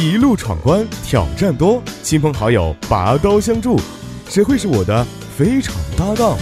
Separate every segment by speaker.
Speaker 1: 一路闯关，挑战多，亲朋好友拔刀相助，谁会是我的非常搭档？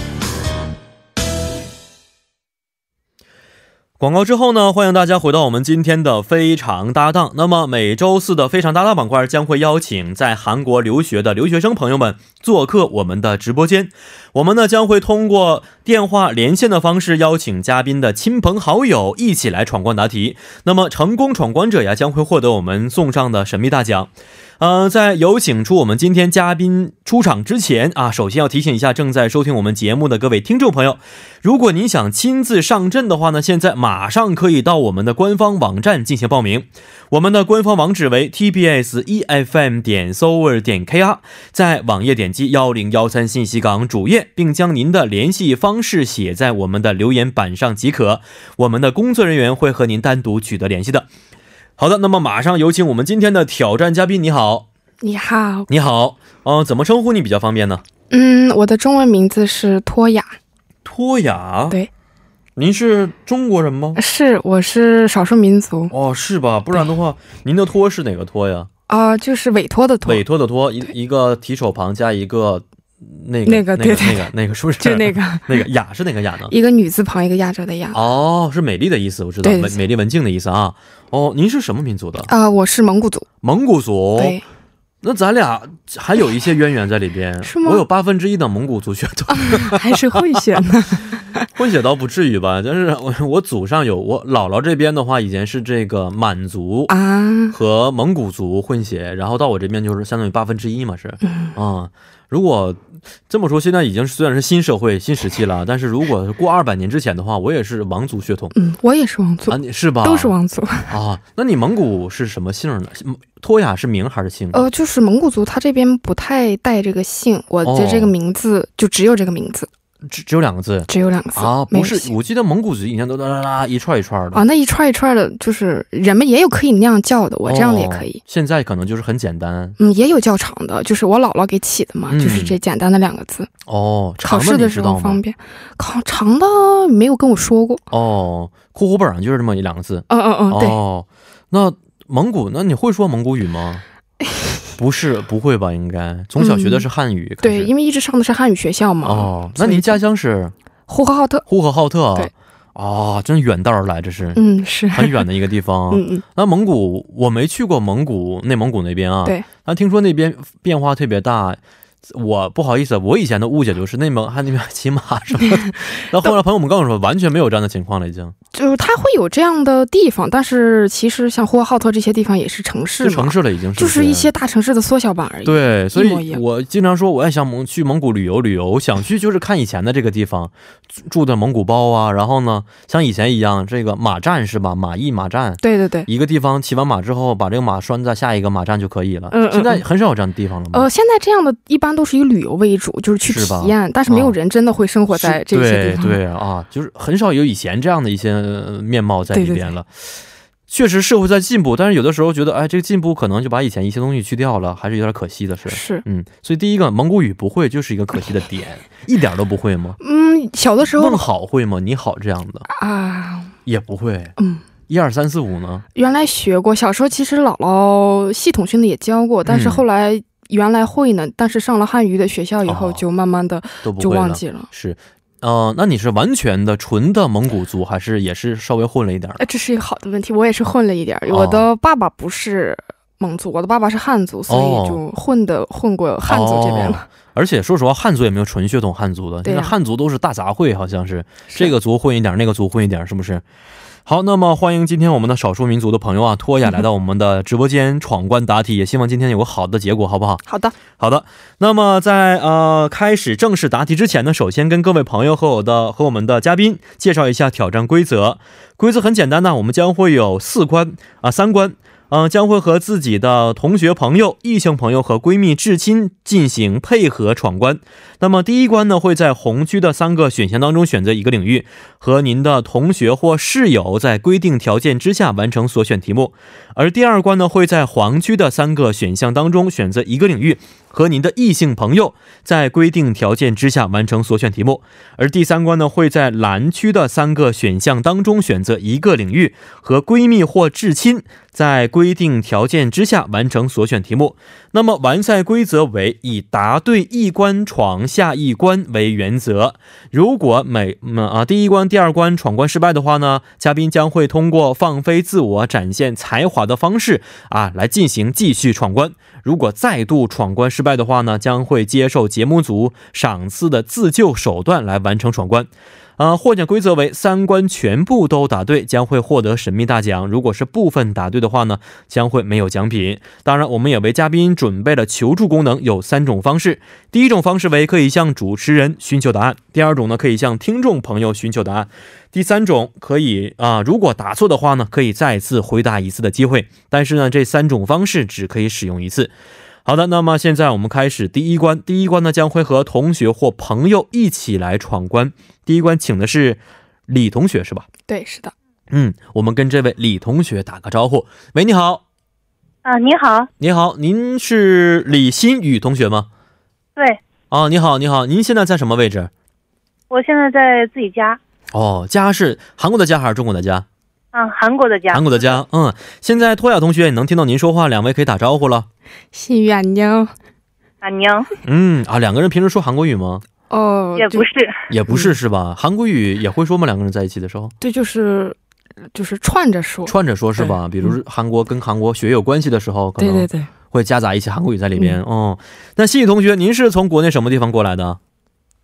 Speaker 2: 广告之后呢，欢迎大家回到我们今天的非常搭档。那么每周四的非常搭档板块将会邀请在韩国留学的留学生朋友们做客我们的直播间。我们呢将会通过电话连线的方式邀请嘉宾的亲朋好友一起来闯关答题。那么成功闯关者呀将会获得我们送上的神秘大奖。呃，在有请出我们今天嘉宾出场之前啊，首先要提醒一下正在收听我们节目的各位听众朋友，如果您想亲自上阵的话呢，现在马上可以到我们的官方网站进行报名。我们的官方网址为 tbs efm E 点 s o r 点 kr，在网页点击幺零幺三信息港主页，并将您的联系方式写在我们的留言板上即可。我们的工作人员会和您单独取得联系的。好的，那么马上有请我们今天的挑战嘉宾。你好，
Speaker 3: 你好，
Speaker 2: 你好，嗯、怎么称呼你比较方便呢？
Speaker 3: 嗯，我的中文名字是托雅，
Speaker 2: 托雅，
Speaker 3: 对，
Speaker 2: 您是中国人吗？
Speaker 3: 是我是少数民族
Speaker 2: 哦，是吧？不然的话，您的托是哪个托呀？
Speaker 3: 啊、就是委托的托，
Speaker 2: 委托的托，一一个提手旁加一个嗯那个
Speaker 3: 那个
Speaker 2: 那
Speaker 3: 对
Speaker 2: 个
Speaker 3: 对
Speaker 2: 那个那个是不是？
Speaker 3: 就那个
Speaker 2: 那个雅是哪个雅 呢？
Speaker 3: 一个女字旁一个亚洲的亚。
Speaker 2: 哦，是美丽的意思，我知道，
Speaker 3: 对
Speaker 2: 美美丽文静的意思啊。哦，您是什么民族的？
Speaker 3: 啊、我是蒙古族，
Speaker 2: 蒙古族。
Speaker 3: 对，
Speaker 2: 那咱俩还有一些渊源在里边。
Speaker 3: 是吗
Speaker 2: 我有八分之一的蒙古族血统，
Speaker 3: 还是会选的。
Speaker 2: 混血倒不至于吧？但是我我祖上有我姥姥这边的话，以前是这个满族
Speaker 3: 啊，
Speaker 2: 和蒙古族混血，然后到我这边就是相当于八分之一嘛，是啊、嗯如果这么说，现在已经虽然是新社会、新时期了，但是如果过二百年之前的话，我也是王族血统
Speaker 3: 嗯，我也是王族，
Speaker 2: 啊，你是吧？
Speaker 3: 都是王族。
Speaker 2: 啊。那你蒙古是什么姓呢？托雅是名还是姓？
Speaker 3: 呃，就是蒙古族，他这边不太带这个姓，我的这个
Speaker 2: 哦
Speaker 3: 名字、就只有这个名字，
Speaker 2: 只只有两个字
Speaker 3: 只有两个字，
Speaker 2: 啊？
Speaker 3: 没有
Speaker 2: 不是，
Speaker 3: 姓
Speaker 2: 我记得蒙古族以前都啦啦啦一串一串的。
Speaker 3: 啊，那一串一串的，就是人们也有可以那样叫的，我这样的也可以。
Speaker 2: 哦现在可能就是很简单
Speaker 3: 嗯，也有较长的，就是我姥姥给起的嘛，
Speaker 2: 嗯
Speaker 3: 就是这简单的两个字。
Speaker 2: 哦。
Speaker 3: 考
Speaker 2: 长
Speaker 3: 试
Speaker 2: 的
Speaker 3: 的
Speaker 2: 你知
Speaker 3: 时
Speaker 2: 道
Speaker 3: 候
Speaker 2: 吗
Speaker 3: 方？便。考长的没有跟我说过。
Speaker 2: 哦，库呼本儿就是这么两个字。
Speaker 3: 嗯嗯嗯，对，
Speaker 2: 哦，那蒙古，那你会说蒙古语 吗？不是，不会吧？应该从小学的是汉语。
Speaker 3: 嗯对，因
Speaker 2: 为
Speaker 3: 为一直上的是汉语学校嘛。
Speaker 2: 哦，那
Speaker 3: 所以
Speaker 2: 您
Speaker 3: 就
Speaker 2: 家乡是
Speaker 3: 呼和浩特？
Speaker 2: 呼和浩特？啊
Speaker 3: 对。
Speaker 2: 哦，真远道而来，这是、
Speaker 3: 嗯，是。
Speaker 2: 很远的一个地方。
Speaker 3: 嗯嗯，
Speaker 2: 那蒙古我没去过蒙古，内蒙古那边啊。
Speaker 3: 对。
Speaker 2: 但听说那边变化特别大。我不好意思，我以前的误解就是内蒙还那边骑马什么 的，那后来朋友们告诉我，完全没有这样的情况了，已经
Speaker 3: 就是它会有这样的地方，但是其实像呼和浩特这些地方也是城市
Speaker 2: 是
Speaker 3: 嘛，
Speaker 2: 城市了，已经是
Speaker 3: 就
Speaker 2: 不
Speaker 3: 是一些大城市的缩小版而已。，
Speaker 2: 对，所
Speaker 3: 一模一
Speaker 2: 以
Speaker 3: 样
Speaker 2: 我经常说，我也想蒙去蒙古旅游旅游，想去就是看以前的这个地方，住住的蒙古包啊，然后呢，像以前一样，这个马站是吧？马驿马站，
Speaker 3: 对对对。
Speaker 2: 一个地方骑完马之后，把这个马拴在下一个马站就可以了。
Speaker 3: 嗯嗯
Speaker 2: 现在很少有这样的地方了吗？
Speaker 3: 呃，现在这样的一般都是以旅游为主，就是去
Speaker 2: 嗯是吧
Speaker 3: 体验，但是没有
Speaker 2: 哦
Speaker 3: 人真的会生活在这些地
Speaker 2: 对
Speaker 3: 方。
Speaker 2: 对啊，就是很少有以前这样的一些呃面貌在里
Speaker 3: 对对
Speaker 2: 边了。确实社会在进步，但是有的时候觉得，哎，这个进步可能就把以前一些东西去掉了，还是有点可惜的事。
Speaker 3: 是，
Speaker 2: 嗯，所以第一个蒙古语不会就是一个可惜的点，一点儿都不会 吗？
Speaker 3: 嗯，小的时候
Speaker 2: 问好会吗？你好这样的
Speaker 3: 啊，
Speaker 2: 也不会。
Speaker 3: 嗯，
Speaker 2: 一二三四五呢？
Speaker 3: 原来学过，小时候其实姥姥系统性的也教过，但是
Speaker 2: 嗯
Speaker 3: 后来原来会呢，但是上了汉语的学校以后，
Speaker 2: 哦
Speaker 3: 就慢慢的
Speaker 2: 都不
Speaker 3: 就
Speaker 2: 会
Speaker 3: 忘
Speaker 2: 了。
Speaker 3: 记了。
Speaker 2: 是，呃，那你是完全的纯的蒙古族，还是也是稍微混了一点儿
Speaker 3: 哎，这是一个好的问题，我也是混了一点儿。
Speaker 2: 哦
Speaker 3: 我的爸爸不是蒙族，我的爸爸是汉族，所
Speaker 2: 哦
Speaker 3: 以就混的混过汉族这边了。
Speaker 2: 而且说实话，汉族也没有纯血统汉族的，
Speaker 3: 对
Speaker 2: 现
Speaker 3: 呀
Speaker 2: 在汉族都是大杂烩，好像是这
Speaker 3: 个
Speaker 2: 个族混一点儿，那个族混一点儿，是不是？好，那么欢迎今天我们的少数民族的朋友啊，托雅来到我们的直播间闯关答题，也希望今天有个好的结果，好不好？
Speaker 3: 好的，
Speaker 2: 好的，那么在呃开始正式答题之前呢，首先跟各位朋友和我的和我们的嘉宾介绍一下挑战规则。规则很简单呢，我们将会有四关啊、三关，嗯、将会和自己的同学、朋友、异性朋友和闺蜜、至亲进行配合闯关。那么第一关呢，会在红区的三个选项当中选择一个领域，和您的同学或室友在规定条件之下完成所选题目。而第二关呢，会在黄区的三个选项当中选择一个领域。和您的异性朋友在规定条件之下完成所选题目。而第三关呢，会在栏区的三个选项当中选择一个领域，和闺蜜或至亲在规定条件之下完成所选题目。那么完赛规则为以答对一关闯下一关为原则。如果每嗯啊第一关、第二关闯关失败的话呢，嘉宾将会通过放飞自我、展现才华的方式啊来进行继续闯关。如果再度闯关失败的话呢，将会接受节目组赏赐的自救手段来完成闯关。啊、获奖规则为三关全部都答对，将会获得神秘大奖；如果是部分答对的话呢，将会没有奖品。当然，我们也为嘉宾准备了求助功能，有三种方式。第一种方式为可以向主持人寻求答案；第二种呢，可以向听众朋友寻求答案；第三种可以啊、如果答错的话呢，可以再次回答一次的机会。但是呢，这三种方式只可以使用一次。好的，那么现在我们开始第一关。第一关呢，将会和同学或朋友一起来闯关。第一关请的是李同学，是吧？
Speaker 3: 对，是的，
Speaker 2: 嗯，我们跟这位李同学打个招呼。喂，你好，
Speaker 4: 啊，你好，
Speaker 2: 你好，您是李新宇同学吗？
Speaker 4: 对
Speaker 2: 啊，你好，你好，您现在在什么位置？
Speaker 4: 我现在在自己家，
Speaker 2: 哦，家是韩国的家还是中国的家？
Speaker 4: 啊，韩国的家
Speaker 2: 韩，国的家。嗯，现在托雅同学也能听到您说话，两位可以打招呼了。
Speaker 3: 信宇啊，妞
Speaker 4: 啊娘
Speaker 2: 嗯啊，两个人平时说韩国语吗？
Speaker 3: 哦，
Speaker 4: 也
Speaker 3: 就
Speaker 4: 不是，
Speaker 2: 也不是是吧？韩国语也会说吗？两个人在一起的时候
Speaker 3: 对，就是就是串着说，
Speaker 2: 串着说是吧？比如是韩国跟韩国学有关系的时候，可
Speaker 3: 对对
Speaker 2: 能
Speaker 3: 对，
Speaker 2: 会夹杂一些韩国语在里边。哦，那新宇同学，您是从国内什么地方过来的？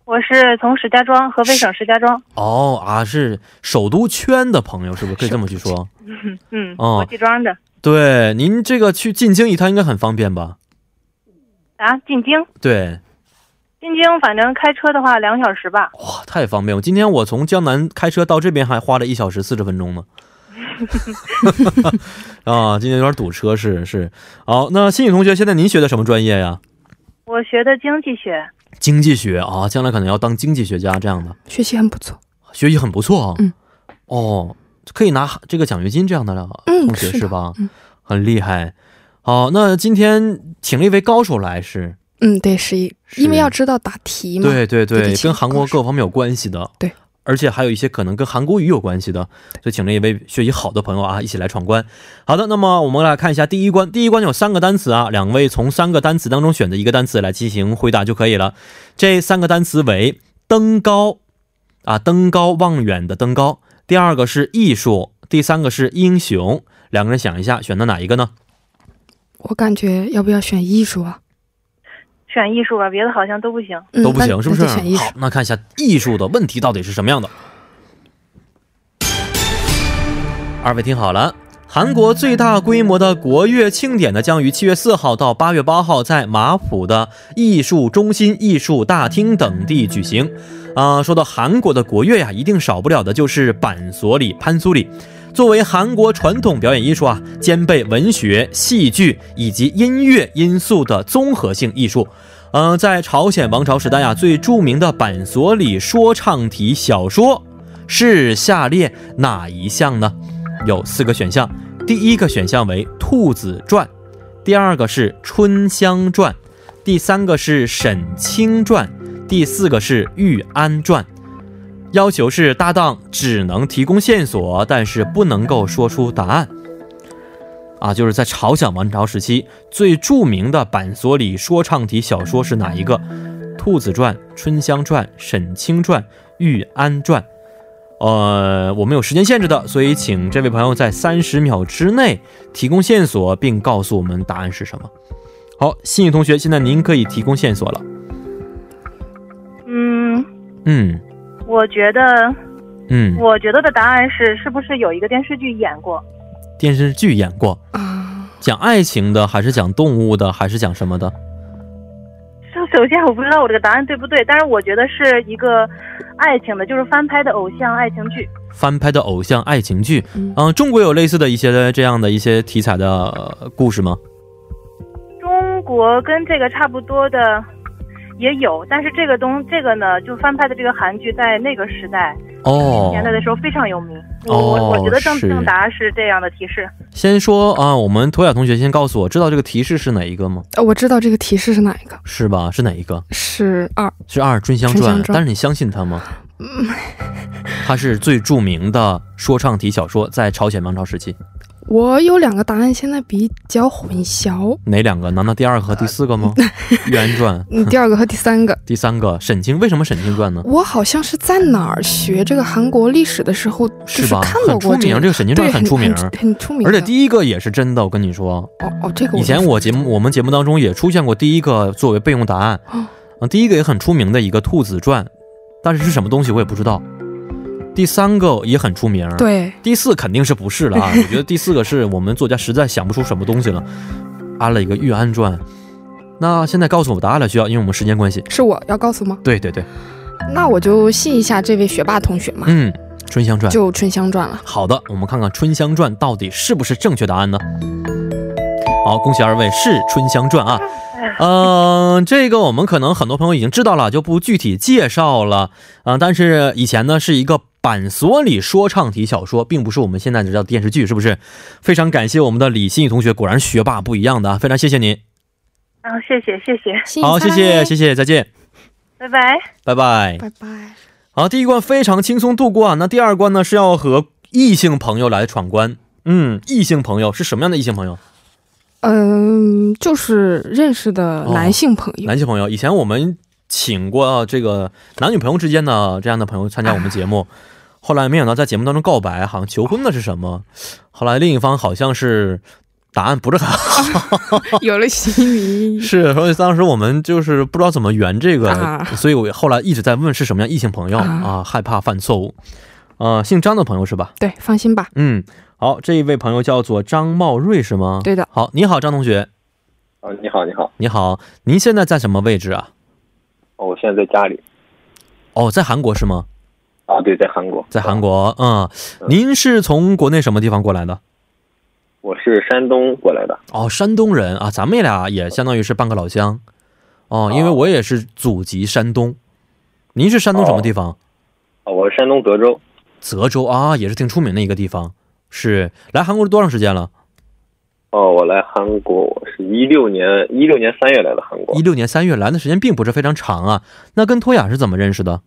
Speaker 4: 我是从石家庄，河北省石家庄，
Speaker 2: 哦啊，是首都圈的朋友，是不是可以这么去说？
Speaker 4: 嗯，
Speaker 2: 哦
Speaker 4: 国际庄的
Speaker 2: 对，您这个去进京一趟应该很方便吧？
Speaker 4: 啊，进京，
Speaker 2: 对，
Speaker 4: 进京，反正开车的话两小时吧，
Speaker 2: 哇，太方便了！今天我从江南开车到这边还花了一小时四十分 钟呢。啊，今天有点堵车，是是。好，那新宇同学，现在您学的什么专业呀？
Speaker 4: 我学的经济学，
Speaker 2: 经济学啊，将来可能要当经济学家这样的，
Speaker 3: 学习很不错，
Speaker 2: 学习很不错啊。
Speaker 3: 嗯。
Speaker 2: 哦，可以拿这个奖学金这样的了，
Speaker 3: 嗯
Speaker 2: 同学
Speaker 3: 是的
Speaker 2: 是吧？
Speaker 3: 嗯
Speaker 2: 很厉害。好，那今天请了一位高手来，是
Speaker 3: 嗯，对，是一，
Speaker 2: 是
Speaker 3: 因为要知道答题嘛，
Speaker 2: 对对
Speaker 3: 对
Speaker 2: 对，
Speaker 3: 对请
Speaker 2: 跟韩国
Speaker 3: 高手
Speaker 2: 各方面有关系的，
Speaker 3: 对，
Speaker 2: 而且还有一些可能跟韩国语有关系的，所以请了一位学习好的朋友啊，一起来闯关。好的，那么我们来看一下第一关，第一关有三个单词啊，两位从三个单词当中选择一个单词来进行回答就可以了。这三个单词为登高啊，登高望远的登高，第二个是艺术，第三个是英雄。两个人想一下，选择哪一个呢？
Speaker 3: 我感觉要不要选艺术啊？
Speaker 4: 选艺术吧，别的好像都不行，
Speaker 3: 嗯
Speaker 2: 都不
Speaker 3: 那
Speaker 2: 行，是不是？
Speaker 3: 那就选艺术
Speaker 2: 好，，那看一下艺术的问题到底是什么样的。二位听好了，韩国最大规模的国乐庆典呢，将于七月四号到八月八号在马浦的艺术中心、艺术大厅等地举行。啊、说到韩国的国乐呀，一定少不了的就是板索里、潘苏里。作为韩国传统表演艺术啊，兼备文学、戏剧以及音乐因素的综合性艺术。嗯、在朝鲜王朝时代啊，最著名的板索里说唱体小说是下列哪一项呢？有四个选项，第一个选项为《兔子传》，第二个是《春香传》，第三个是《沈清传》，第四个是《玉安传》。要求是搭档只能提供线索，但是不能够说出答案。啊，就是在朝鲜王朝时期最著名的板索里说唱体小说是哪一个？《兔子传》《春香传》《沈清传》《玉安传》。呃，我们有时间限制的，所以请这位朋友在三十秒之内提供线索，并告诉我们答案是什么。好，新宇同学，现在您可以提供线索了。
Speaker 4: 嗯，
Speaker 2: 嗯
Speaker 4: 我觉得，
Speaker 2: 嗯，
Speaker 4: 我觉得的答案是，是不是有一个电视剧演过？
Speaker 2: 电视剧演过，
Speaker 3: 啊，
Speaker 2: 讲爱情的，还是讲动物的，还是讲什么的？
Speaker 4: 首首先，我不知道我这个答案对不对，但是我觉得是一个爱情的，就是翻拍的偶像爱情剧。
Speaker 2: 翻拍的偶像爱情剧，
Speaker 3: 嗯
Speaker 2: 嗯、中国有类似的一些这样的一些题材的呃故事吗？
Speaker 4: 中国跟这个差不多的，也有，但是这个东这个呢，就翻拍的这个韩剧在那个时代
Speaker 2: 哦
Speaker 4: 年代的时候非常有名。我
Speaker 2: 哦
Speaker 4: 我我觉得郑
Speaker 2: 是
Speaker 4: 郑达是这样的提示，
Speaker 2: 先说啊，我们涂雅同学先告诉我，知道这个提示是哪一个吗？
Speaker 3: 呃我知道这个提示是哪一个，
Speaker 2: 是吧？是哪一个？
Speaker 3: 是二，
Speaker 2: 是二《春香
Speaker 3: 春
Speaker 2: 传》
Speaker 3: 香传嗯
Speaker 2: 但是你相信它吗？它是最著名的说唱体小说，在朝鲜王朝时期，
Speaker 3: 我有两个答案现在比较混淆，
Speaker 2: 哪两个？难道第二个和第四个吗？
Speaker 3: 呃
Speaker 2: 原 传，
Speaker 3: 你嗯第二个和第三个，
Speaker 2: 第三个沈清，为什么沈清传呢？
Speaker 3: 我好像是在哪儿学这个韩国历史的时候，就是
Speaker 2: 吧？
Speaker 3: 看到
Speaker 2: 很出
Speaker 3: 过
Speaker 2: 名，
Speaker 3: 个
Speaker 2: 这个沈清
Speaker 3: 对，
Speaker 2: 传很出名。
Speaker 3: 很很出名的。
Speaker 2: 而且第一个也是真的，我跟你说，
Speaker 3: 哦哦，这个
Speaker 2: 以前我节目我们节目当中也出现过第一个作为备用答案
Speaker 3: 哦，
Speaker 2: 嗯，第一个也很出名的一个《兔子传》，但是是什么东西我也不知道。第三个也很出名，
Speaker 3: 对
Speaker 2: 第四肯定是不是了 啊？我觉得第四个是我们作家实在想不出什么东西了，安了一个《玉安传》。那现在告诉我答案了，需要，因为我们时间关系。
Speaker 3: 是我要告诉吗？
Speaker 2: 对对对，
Speaker 3: 那我就信一下这位学霸同学嘛，
Speaker 2: 嗯，《春香传》。
Speaker 3: 就《春香传》了。
Speaker 2: 好的，我们看看《春香传》到底是不是正确答案呢？好，恭喜二位是《春香传》啊。嗯、这个我们可能很多朋友已经知道了，就不具体介绍了啊、但是以前呢是一个版所里说唱体小说，并不是我们现在知道的电视剧，是不是？非常感谢我们的李欣怡同学，果然学霸不一样的啊！非常谢谢您。
Speaker 4: 嗯，谢谢谢谢，
Speaker 2: 好，谢谢谢
Speaker 3: 谢，
Speaker 2: 谢，再见，
Speaker 4: 拜拜。
Speaker 2: 拜拜。
Speaker 3: 拜拜。
Speaker 2: 好，第一关非常轻松度过啊。那第二关呢是要和异性朋友来闯关。嗯，异性朋友是什么样的异性朋友？
Speaker 3: 嗯，就是认识的男性朋友，
Speaker 2: 哦男性朋友，以前我们请过啊这个男女朋友之间的这样的朋友参加我们节目，
Speaker 3: 啊
Speaker 2: 后来没想到在节目当中告白，好像求婚的是什么？ 后来另一方好像是答案不是很好，
Speaker 3: 有了新 迷
Speaker 2: 是，所以当时我们就是不知道怎么圆这个，
Speaker 3: 啊
Speaker 2: 所以我后来一直在问是什么样异性朋友啊
Speaker 3: 啊
Speaker 2: 害怕犯错误。呃，姓张的朋友是吧？
Speaker 3: 对，放心吧。
Speaker 2: 嗯，好，这一位朋友叫做张茂瑞是吗？
Speaker 3: 对的，
Speaker 2: 好，你好，张同学，
Speaker 5: 啊，你好，你好，
Speaker 2: 你好，您现在在什么位置啊？
Speaker 5: 哦，我现在在家里
Speaker 2: 哦，在韩国是吗？
Speaker 5: 啊，对，在韩国，
Speaker 2: 在韩，国，嗯，您是从国内什么地方过来的？
Speaker 5: 我是山东过来的，
Speaker 2: 哦，山东人啊，咱们俩也相当于是半个老乡，哦，因为我也是祖籍山东。您是山东什么地方？
Speaker 5: 啊，我是山东德州，
Speaker 2: 泽州啊，也是挺出名的一个地方。是来韩国多长时间了？
Speaker 5: 哦，我来韩国，我是一六年一六年三月来的韩国
Speaker 2: 一，六年三月来的时间并不是非常长啊。那跟托雅是怎么认识的？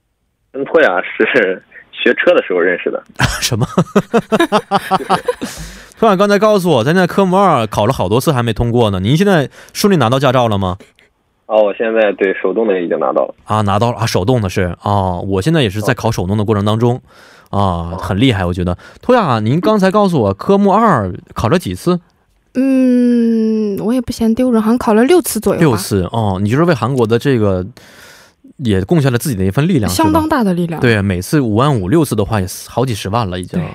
Speaker 5: 跟托雅是 学车的时候认识的，
Speaker 2: 什么？ 托雅刚才告诉我，咱在科目二考了好多次还没通过呢。您现在顺利拿到驾照了吗？
Speaker 5: 哦，我现在对手动的已经拿到了，
Speaker 2: 啊，拿到了啊，手动的是哦，我现在也是在考手动的过程当中，啊，很厉害，我觉得。托亚，您刚才告诉我科目二考了几次？
Speaker 3: 嗯，我也不嫌丢人，好像考了六次左右吧，
Speaker 2: 六次哦，你就是为韩国的这个也贡献了自己的一份力量，是吧
Speaker 3: 相当大的力量。，
Speaker 2: 对，每次五万五六次的话，也是好几十万了，已经
Speaker 3: 对。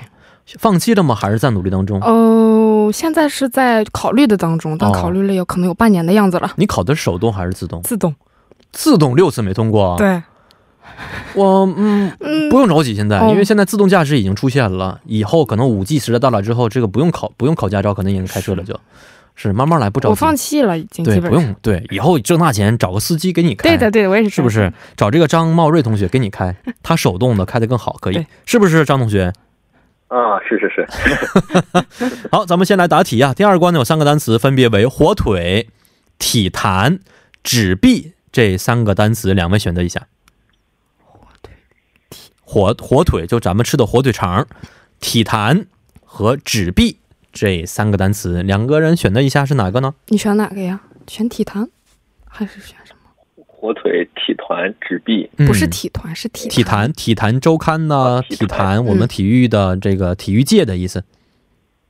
Speaker 2: 放弃了吗？还是在努力当中？
Speaker 3: 哦，现在是在考虑的当中，但
Speaker 2: 哦
Speaker 3: 考虑了有可能有半年的样子了。
Speaker 2: 你考的是手动还是自动？
Speaker 3: 自动，
Speaker 2: 自动六次没通过。，啊
Speaker 3: 对，
Speaker 2: 我嗯，
Speaker 3: 嗯，
Speaker 2: 哦不用着急，现在、
Speaker 3: 哦
Speaker 2: 因为现在自动驾驶已经出现了，以后可能五 G 时代到来之后，这个不用考不用考驾照，可能已经开车了就，是慢慢来，不着急。
Speaker 3: 我放弃了，已经
Speaker 2: 对，
Speaker 3: 基本
Speaker 2: 不
Speaker 3: 上。
Speaker 2: 用对，以后挣大钱找个司机给你开，
Speaker 3: 对的，，对的，我也是这
Speaker 2: 是不
Speaker 3: 样
Speaker 2: 是？找这个张茂瑞同学给你开，他手动的开的更好，可以
Speaker 3: 对，
Speaker 2: 是不是张同学？
Speaker 5: 啊，是是是，
Speaker 2: 好，咱们先来答题啊。第二关呢有三个单词，分别为火腿、体坛、纸币这三个单词，两位选择一下。火火腿就咱们吃的火腿肠，体坛和纸币这三个单词，两个人选择一下是哪个呢？
Speaker 3: 你选哪个呀？选体坛，还是选什么？
Speaker 5: 火腿、体团、纸币，
Speaker 3: 不是
Speaker 2: 嗯
Speaker 3: 体团，是体
Speaker 2: 体坛，体坛周刊呢？
Speaker 5: 啊体
Speaker 2: 体
Speaker 5: 坛
Speaker 2: 坛，我们
Speaker 3: 嗯
Speaker 2: 体育的这个体育界的意思。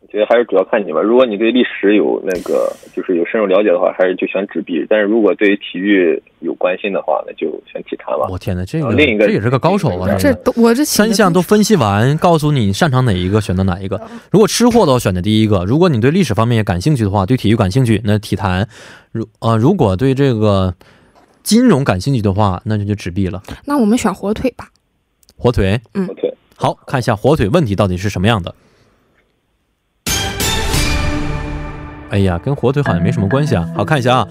Speaker 5: 我觉得还是主要看你吧，如果你对历史有那个就是有深入了解的话，还是就选纸币，但是如果对于体育有关心的话，那就选体坛吧。
Speaker 2: 我天哪，这个
Speaker 5: 啊另一个
Speaker 2: 这也是个高手啊！
Speaker 5: 另一个
Speaker 3: 这
Speaker 2: 个
Speaker 3: 都我这写的
Speaker 2: 三项都分析完，告诉你擅长哪一个，选择哪一个。如果吃货的话，选择第一个；如果你对历史方面也感兴趣的话，对体育感兴趣，那体坛；如呃，如果对这个金融感兴趣的话，那就就纸币了。
Speaker 3: 是。那我们选火腿吧。
Speaker 2: 火腿，
Speaker 5: 火腿，
Speaker 2: 好看一下火腿问题到底是什么样的。哎呀，跟火腿好像没什么关系啊。好看一下啊，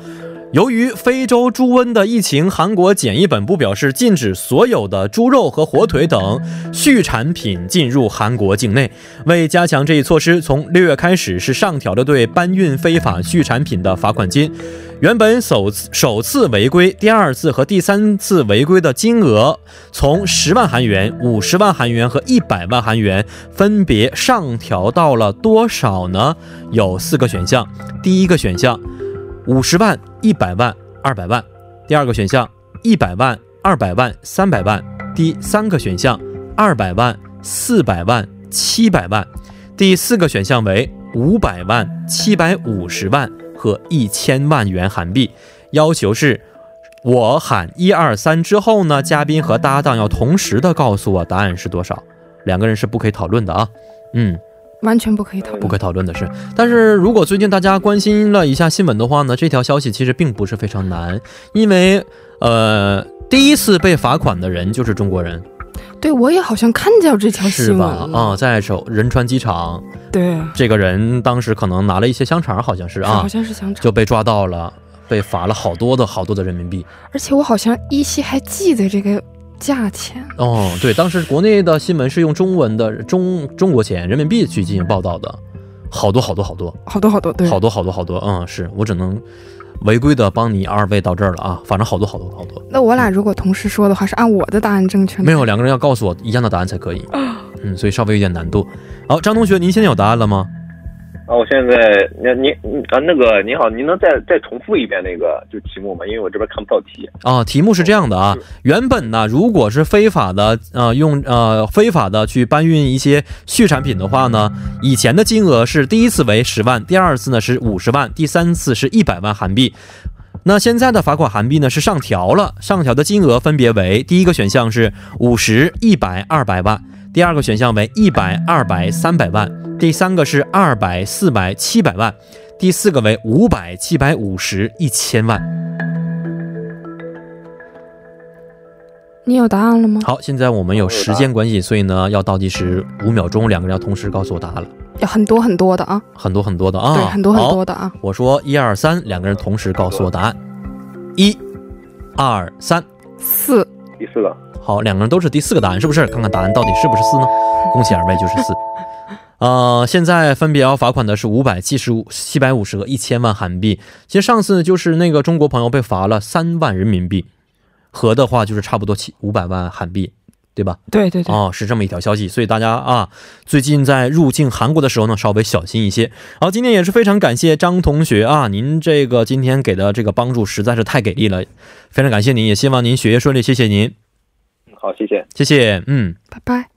Speaker 2: 由于非洲猪瘟的疫情，韩国检疫本部表示禁止所有的猪肉和火腿等畜产品进入韩国境内。为加强这一措施，从六月开始是上调了对搬运非法畜产品的罚款金。原本首次首次违规、第二次和第三次违规的金额从十万韩元、五十万韩元和一百万韩元分别上调到了多少呢？有四个选项，第一个选项五十万、一百万、二百万；第二个选项一百万、二百万、三百万；第三个选项二百万、四百万、七百万；第四个选项为五百万、七百五十万。和一千万元韩币，要求是，我喊一二三之后呢，嘉宾和搭档要同时的告诉我答案是多少，两个人是不可以讨论的啊，嗯，
Speaker 3: 完全不可以讨
Speaker 5: 嗯
Speaker 2: 不可以讨论的是。但是如果最近大家关心了一下新闻的话呢，这条消息其实并不是非常难，因为呃，第一次被罚款的人就是中国人，
Speaker 3: 对我也好像看见这条
Speaker 2: 是
Speaker 3: 新闻
Speaker 2: 吧？
Speaker 3: 了，
Speaker 2: 啊、在首仁川机场，
Speaker 3: 对，
Speaker 2: 这个人当时可能拿了一些香肠，好像是啊，
Speaker 3: 好像是香肠。
Speaker 2: 就被抓到了，被罚了好多的好多的人民币。
Speaker 3: 而且我好像依稀还记得这个价钱，
Speaker 2: 哦，对，当时国内的新闻是用中文的中中国钱人民币去进行报道的，好多好多好多
Speaker 3: 好多好多，对，
Speaker 2: 好多好多好多，嗯，是我只能违规的帮你二位到这儿了啊，反正好多好多好多，
Speaker 3: 那我俩如果同时说的话，是按我的答案正确的。
Speaker 2: 没有两个人要告诉我一样的答案才可以，嗯，所以稍微有点难度。好，张同学，您现在有答案了吗？
Speaker 5: 啊，我现在那您啊那个您好，您能再再重复一遍那个就题目吗？因为我这边看不到题。
Speaker 2: 啊，题目是这样的啊
Speaker 5: 是，
Speaker 2: 原本呢，如果是非法的，呃，用呃非法的去搬运一些畜产品的话呢，以前的金额是第一次为十万，第二次呢是五十万，第三次是一百万韩币。那现在的罚款韩币呢是上调了，上调的金额分别为：第一个选项是五十、一百、二百万；第二个选项为一百、二百、三百万；第三个是二百、四百、七百万；第四个为五百、七百五十、一千万。
Speaker 3: 你有答案了吗？
Speaker 2: 好，现在我们有时间关系，所以呢要倒计时五秒钟，两个人要同时告诉我答案了，
Speaker 3: 有很多很多的啊，
Speaker 2: 很多很多的啊，
Speaker 3: 对，很多很多
Speaker 2: 好。
Speaker 3: 的啊。
Speaker 2: 我说一二三，两个人同时告诉我答案，一、二、三。
Speaker 3: 四，
Speaker 5: 第四个，
Speaker 2: 好，两个人都是第四个答案，是不是？看看答案到底是不是四呢？恭喜二位，就是 四。呃，现在分别要罚款的是五百七十五、七百五十和一千万韩币。其实上次就是那个中国朋友被罚了三万人民币，合的话就是差不多七五百万韩币，对吧？
Speaker 3: 对对对，
Speaker 2: 哦，是这么一条消息，所以大家啊，最近在入境韩国的时候呢，稍微小心一些。好，今天也是非常感谢张同学啊，您这个今天给的这个帮助实在是太给力了，非常感谢您，也希望您学业顺利，谢谢您，
Speaker 5: 好，谢谢。
Speaker 2: 谢谢，嗯。
Speaker 3: 拜拜。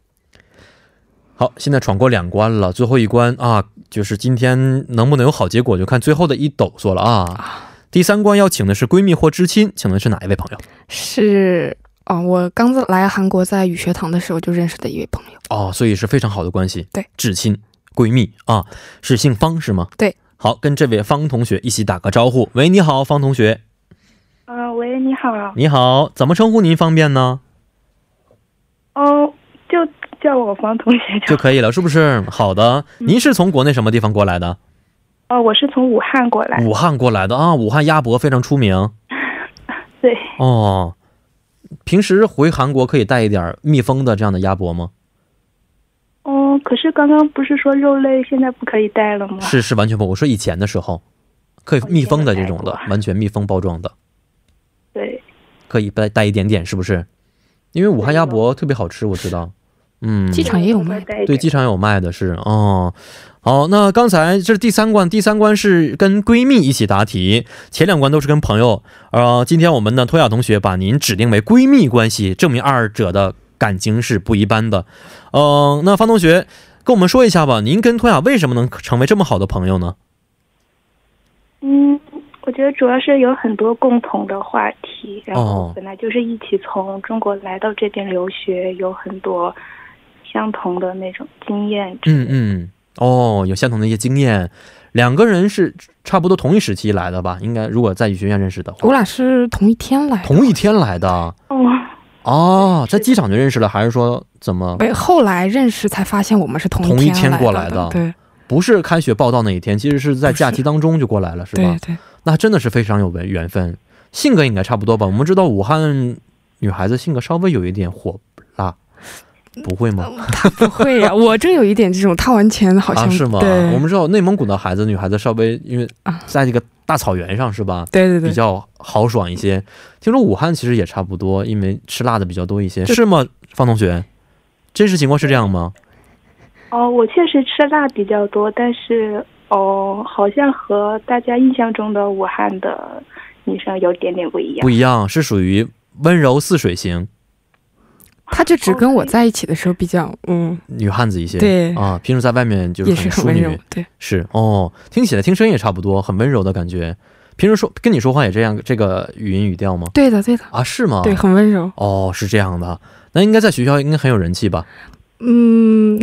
Speaker 2: 好，现在闯过两关了，最后一关啊，就是今天能不能有好结果，就看最后的一抖嗦了啊。第三关要请的是闺蜜或知亲，请的是哪一位朋友？
Speaker 3: 是啊、我刚来韩国，在语学堂的时候就认识的一位朋友，
Speaker 2: 哦，所以是非常好的关系，
Speaker 3: 对，
Speaker 2: 至亲闺蜜啊，是姓方是吗？
Speaker 3: 对，
Speaker 2: 好，跟这位方同学一起打个招呼。喂，你好，方同学，
Speaker 4: 啊、喂，你好。
Speaker 2: 你好，怎么称呼您方便呢？
Speaker 4: 哦，就叫我方同学
Speaker 2: 就
Speaker 4: 就。
Speaker 2: 可以了，是不是？ 好的，
Speaker 4: 嗯
Speaker 2: 您是从国内什么地方过来的？
Speaker 4: 哦，我是从武汉过来。
Speaker 2: 武汉过来的啊，武汉鸭脖非常出名
Speaker 4: 对，
Speaker 2: 哦。平时回韩国可以带一点密封的这样的鸭脖吗？
Speaker 4: 哦，可是刚刚不是说肉类现在不可以带了吗？
Speaker 2: 是是完全不，我说以前的时候，可以
Speaker 4: 嗯哦
Speaker 2: 密封的
Speaker 4: 以
Speaker 2: 这
Speaker 4: 前没
Speaker 2: 种的
Speaker 4: 带，过
Speaker 2: 完全密封包装的，
Speaker 4: 对，
Speaker 2: 可以带带一点点，是不是？因为武汉鸭脖特别好吃，我知道。嗯，
Speaker 3: 机场也有卖
Speaker 4: 会带一
Speaker 2: 对，
Speaker 4: 点。
Speaker 2: 机场有卖的是哦。好，那刚才这是第三关，第三关是跟闺蜜一起答题，前两关都是跟朋友。呃，今天我们的托雅同学把您指定为闺蜜关系，证明二者的感情是不一般的。嗯、那方同学跟我们说一下吧，您跟托雅为什么能成为这么好的朋友呢？
Speaker 4: 嗯，我觉得主要是有很多共同的话题，然
Speaker 2: 哦
Speaker 4: 后本来就是一起从中国来到这边留学，有很多相同的那种经验。
Speaker 2: 嗯嗯，哦，有相同的一些经验，两个人是差不多同一时期来的吧？应该如果在语学院认识的
Speaker 3: 我
Speaker 2: 话，
Speaker 3: 俩是同一天来的，
Speaker 2: 同一天来的
Speaker 4: 哦，
Speaker 2: 哦，在机场就认识了，还是说怎么？
Speaker 3: 没后来认识才发现我们是同
Speaker 2: 同一
Speaker 3: 天
Speaker 2: 天过
Speaker 3: 来
Speaker 2: 来的
Speaker 3: 对
Speaker 2: 不是开学报到那一天，其实是在假期当中就过来了，是吧
Speaker 3: 对？对，
Speaker 2: 那真的是非常有缘缘分。性格应该差不多吧？我们知道武汉女孩子性格稍微有一点火辣，不会吗？
Speaker 3: 他不会呀、我真有一点这种，他完全好像、
Speaker 2: 啊，是吗？
Speaker 3: 对，
Speaker 2: 我们知道内蒙古的孩子，女孩子稍微因为
Speaker 3: 啊
Speaker 2: 在这个大草原上是吧，
Speaker 3: 对对对，
Speaker 2: 比较豪爽一些。听说武汉其实也差不多，因为吃辣的比较多一些，
Speaker 3: 这
Speaker 2: 是吗？方同学，真实情况是这样吗？
Speaker 4: 哦，我确实吃辣比较多，但是哦，好像和大家印象中的武汉的女生有点点不一样
Speaker 2: 不。一样，是属于温柔似水型
Speaker 3: 他就只跟我在一起的时候比较，嗯，
Speaker 2: 女汉子一些，
Speaker 3: 对
Speaker 2: 啊，平时在外面就是
Speaker 3: 也是
Speaker 2: 很
Speaker 3: 很
Speaker 2: 淑
Speaker 3: 温
Speaker 2: 女，
Speaker 3: 柔，对，
Speaker 2: 是哦，听起来听声音也差不多，很温柔的感觉。平时说跟你说话也这样，这个语音语调吗？
Speaker 3: 对的，对的，
Speaker 2: 啊，是吗？
Speaker 3: 对，，很温柔，
Speaker 2: 哦，是这样的。那应该在学校应该很有人气吧？
Speaker 3: 嗯，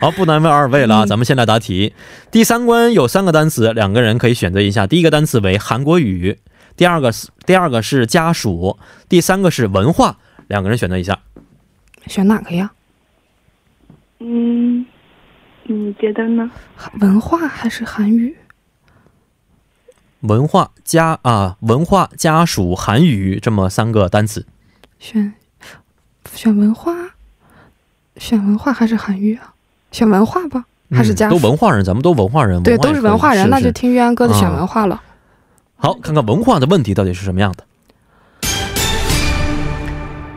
Speaker 2: 好，不难为二位了啊，咱们先来答题。第三关有三个单词，两个人可以选择一下。第一个单词为韩国语，第二个是第二个是家属，第三个是文化，两个人选择一下。
Speaker 3: 选哪个呀？
Speaker 4: 嗯，你觉得呢？
Speaker 3: 文化还是韩语？
Speaker 2: 文化家啊，文化家属韩语这么三个单词。
Speaker 3: 选选文化，选文化还是韩语啊？选文化吧，还是家
Speaker 2: 嗯、
Speaker 3: 属？
Speaker 2: 都文化人，咱们都文化人，
Speaker 3: 对，
Speaker 2: 也
Speaker 3: 都是
Speaker 2: 可以
Speaker 3: 文化人，
Speaker 2: 是啊
Speaker 3: 那就是听玉安哥的选文化了。
Speaker 2: 好，看看文化的问题到底是什么样的。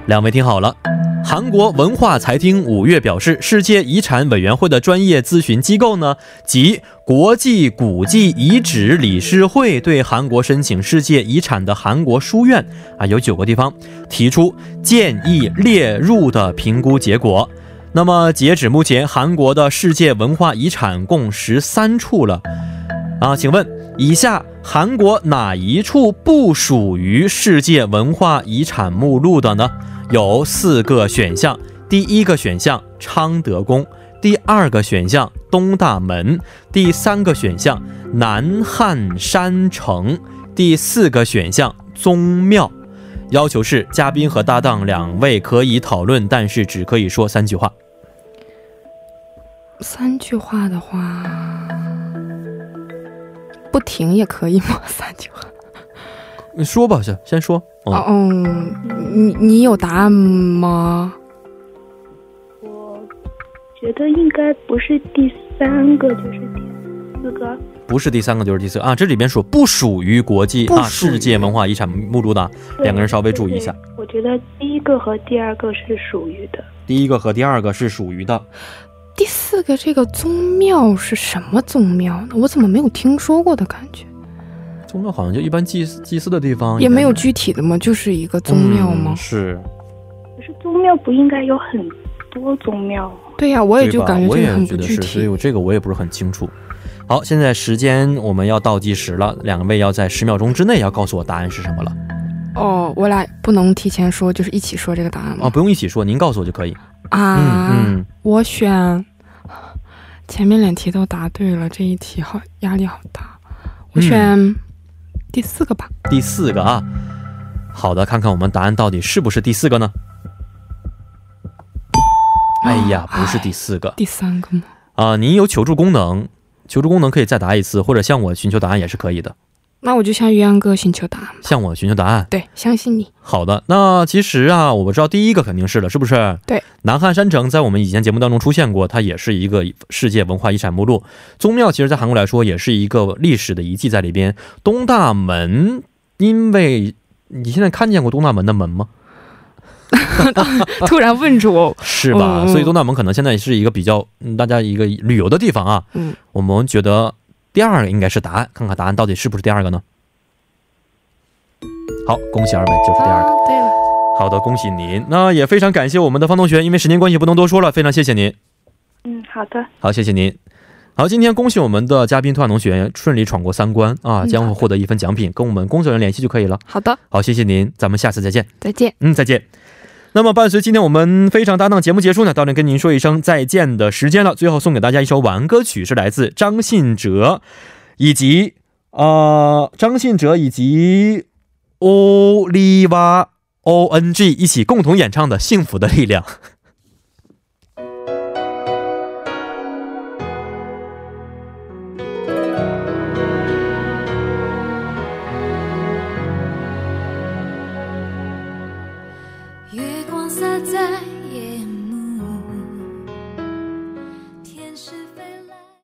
Speaker 2: 两位听好了，韩国文化财厅五月表示，世界遗产委员会的专业咨询机构呢，及国际古迹遗址理事会对韩国申请世界遗产的韩国书院啊，有九个地方提出建议列入的评估结果。那么，截止目前，韩国的世界文化遗产共十三处了。啊，请问以下韩国哪一处不属于世界文化遗产目录的呢？有四个选项，第一个选项昌德宫，第二个选项东大门，第三个选项南汉山城，第四个选项宗庙。要求是嘉宾和搭档两位可以讨论，但是只可以说三句话。
Speaker 3: 三句话的话，不停也可以吗？ 三句话。
Speaker 2: 你呃说吧，先先说。嗯
Speaker 3: 哦，嗯，你你有答案吗？
Speaker 4: 我觉得应该不是第三个，就是第四个。
Speaker 2: 不是第三个就是第四个啊，这里边说不属于国际
Speaker 3: 不
Speaker 2: 啊
Speaker 3: 属于
Speaker 2: 世界文化遗产目录的啊，两个人稍微注意一下
Speaker 4: 对。对我觉得第一个和第二个是属于的，
Speaker 2: 第一个和第二个是属于的，
Speaker 3: 第四个这个宗庙是什么宗庙呢？我怎么没有听说过的感觉？
Speaker 2: 宗庙好像就一般祭祀祭祀的地方
Speaker 3: 也没有具体的吗？就是一个宗庙吗
Speaker 2: 嗯？是，
Speaker 4: 可是宗庙不应该有很多宗庙哦吗？
Speaker 3: 对呀、我也
Speaker 2: 对
Speaker 3: 就
Speaker 2: 吧
Speaker 3: 感觉
Speaker 2: 我
Speaker 3: 这
Speaker 2: 也
Speaker 3: 个很
Speaker 2: 觉
Speaker 3: 不
Speaker 2: 得
Speaker 3: 具
Speaker 2: 是，所以
Speaker 3: 体。
Speaker 2: 我这个我也不是很清楚。好，现在时间我们要倒计时了，两位要在十秒钟之内要告诉我答案是什么了
Speaker 3: 哦，我俩不能提前说，就是一起说这个答案
Speaker 2: 啊！
Speaker 3: 吗？
Speaker 2: 不用一起说，您告诉我就可以。
Speaker 3: 啊，
Speaker 2: 嗯嗯，
Speaker 3: 我选前面两题都答对了，这一题好压力好大。我
Speaker 2: 嗯
Speaker 3: 选第四个吧。
Speaker 2: 第四个啊，好的，看看我们答案到底是不是第四个呢？哎呀，不是第四个，
Speaker 3: 第三个吗？
Speaker 2: 啊、您有求助功能，求助功能可以再答一次，或者向我寻求答案也是可以的。
Speaker 3: 那我就向于安哥寻求答案吧。
Speaker 2: 向我寻求答案。
Speaker 3: 对，相信你。
Speaker 2: 好的，那其实啊，我知道第一个肯定是了，是不是？
Speaker 3: 对，
Speaker 2: 南汉山城在我们以前节目当中出现过，它也是一个世界文化遗产目录。宗庙其实，在韩国来说也是一个历史的遗迹在里边。东大门，因为你现在看见过东大门的门吗？啊
Speaker 3: 突然问住我，
Speaker 2: 是吧？
Speaker 3: 嗯嗯
Speaker 2: 所以东大门可能现在是一个比较嗯大家一个旅游的地方啊。
Speaker 3: 嗯，
Speaker 2: 我们觉得第二个应该是答案，看看答案到底是不是第二个呢？好，恭喜二位，就是第二个。
Speaker 3: 啊对了，
Speaker 2: 好的，恭喜您。那也非常感谢我们的方同学，因为时间关系不能多说了，非常谢谢您。
Speaker 4: 嗯，好的，
Speaker 2: 好，谢谢您。好，今天恭喜我们的嘉宾突然同学顺利闯过三关啊，
Speaker 3: 嗯
Speaker 2: 将会获得一份奖品，跟我们工作人员联系就可以了。
Speaker 3: 好的，
Speaker 2: 好，谢谢您，咱们下次再见。
Speaker 3: 再见。
Speaker 2: 嗯，再见。那么，伴随今天我们非常搭档节目结束呢，到这里跟您说一声再见的时间了。最后送给大家一首晚安歌曲，是来自张信哲以及呃张信哲以及哦 Oliva O N G 一起共同演唱的《幸福的力量》。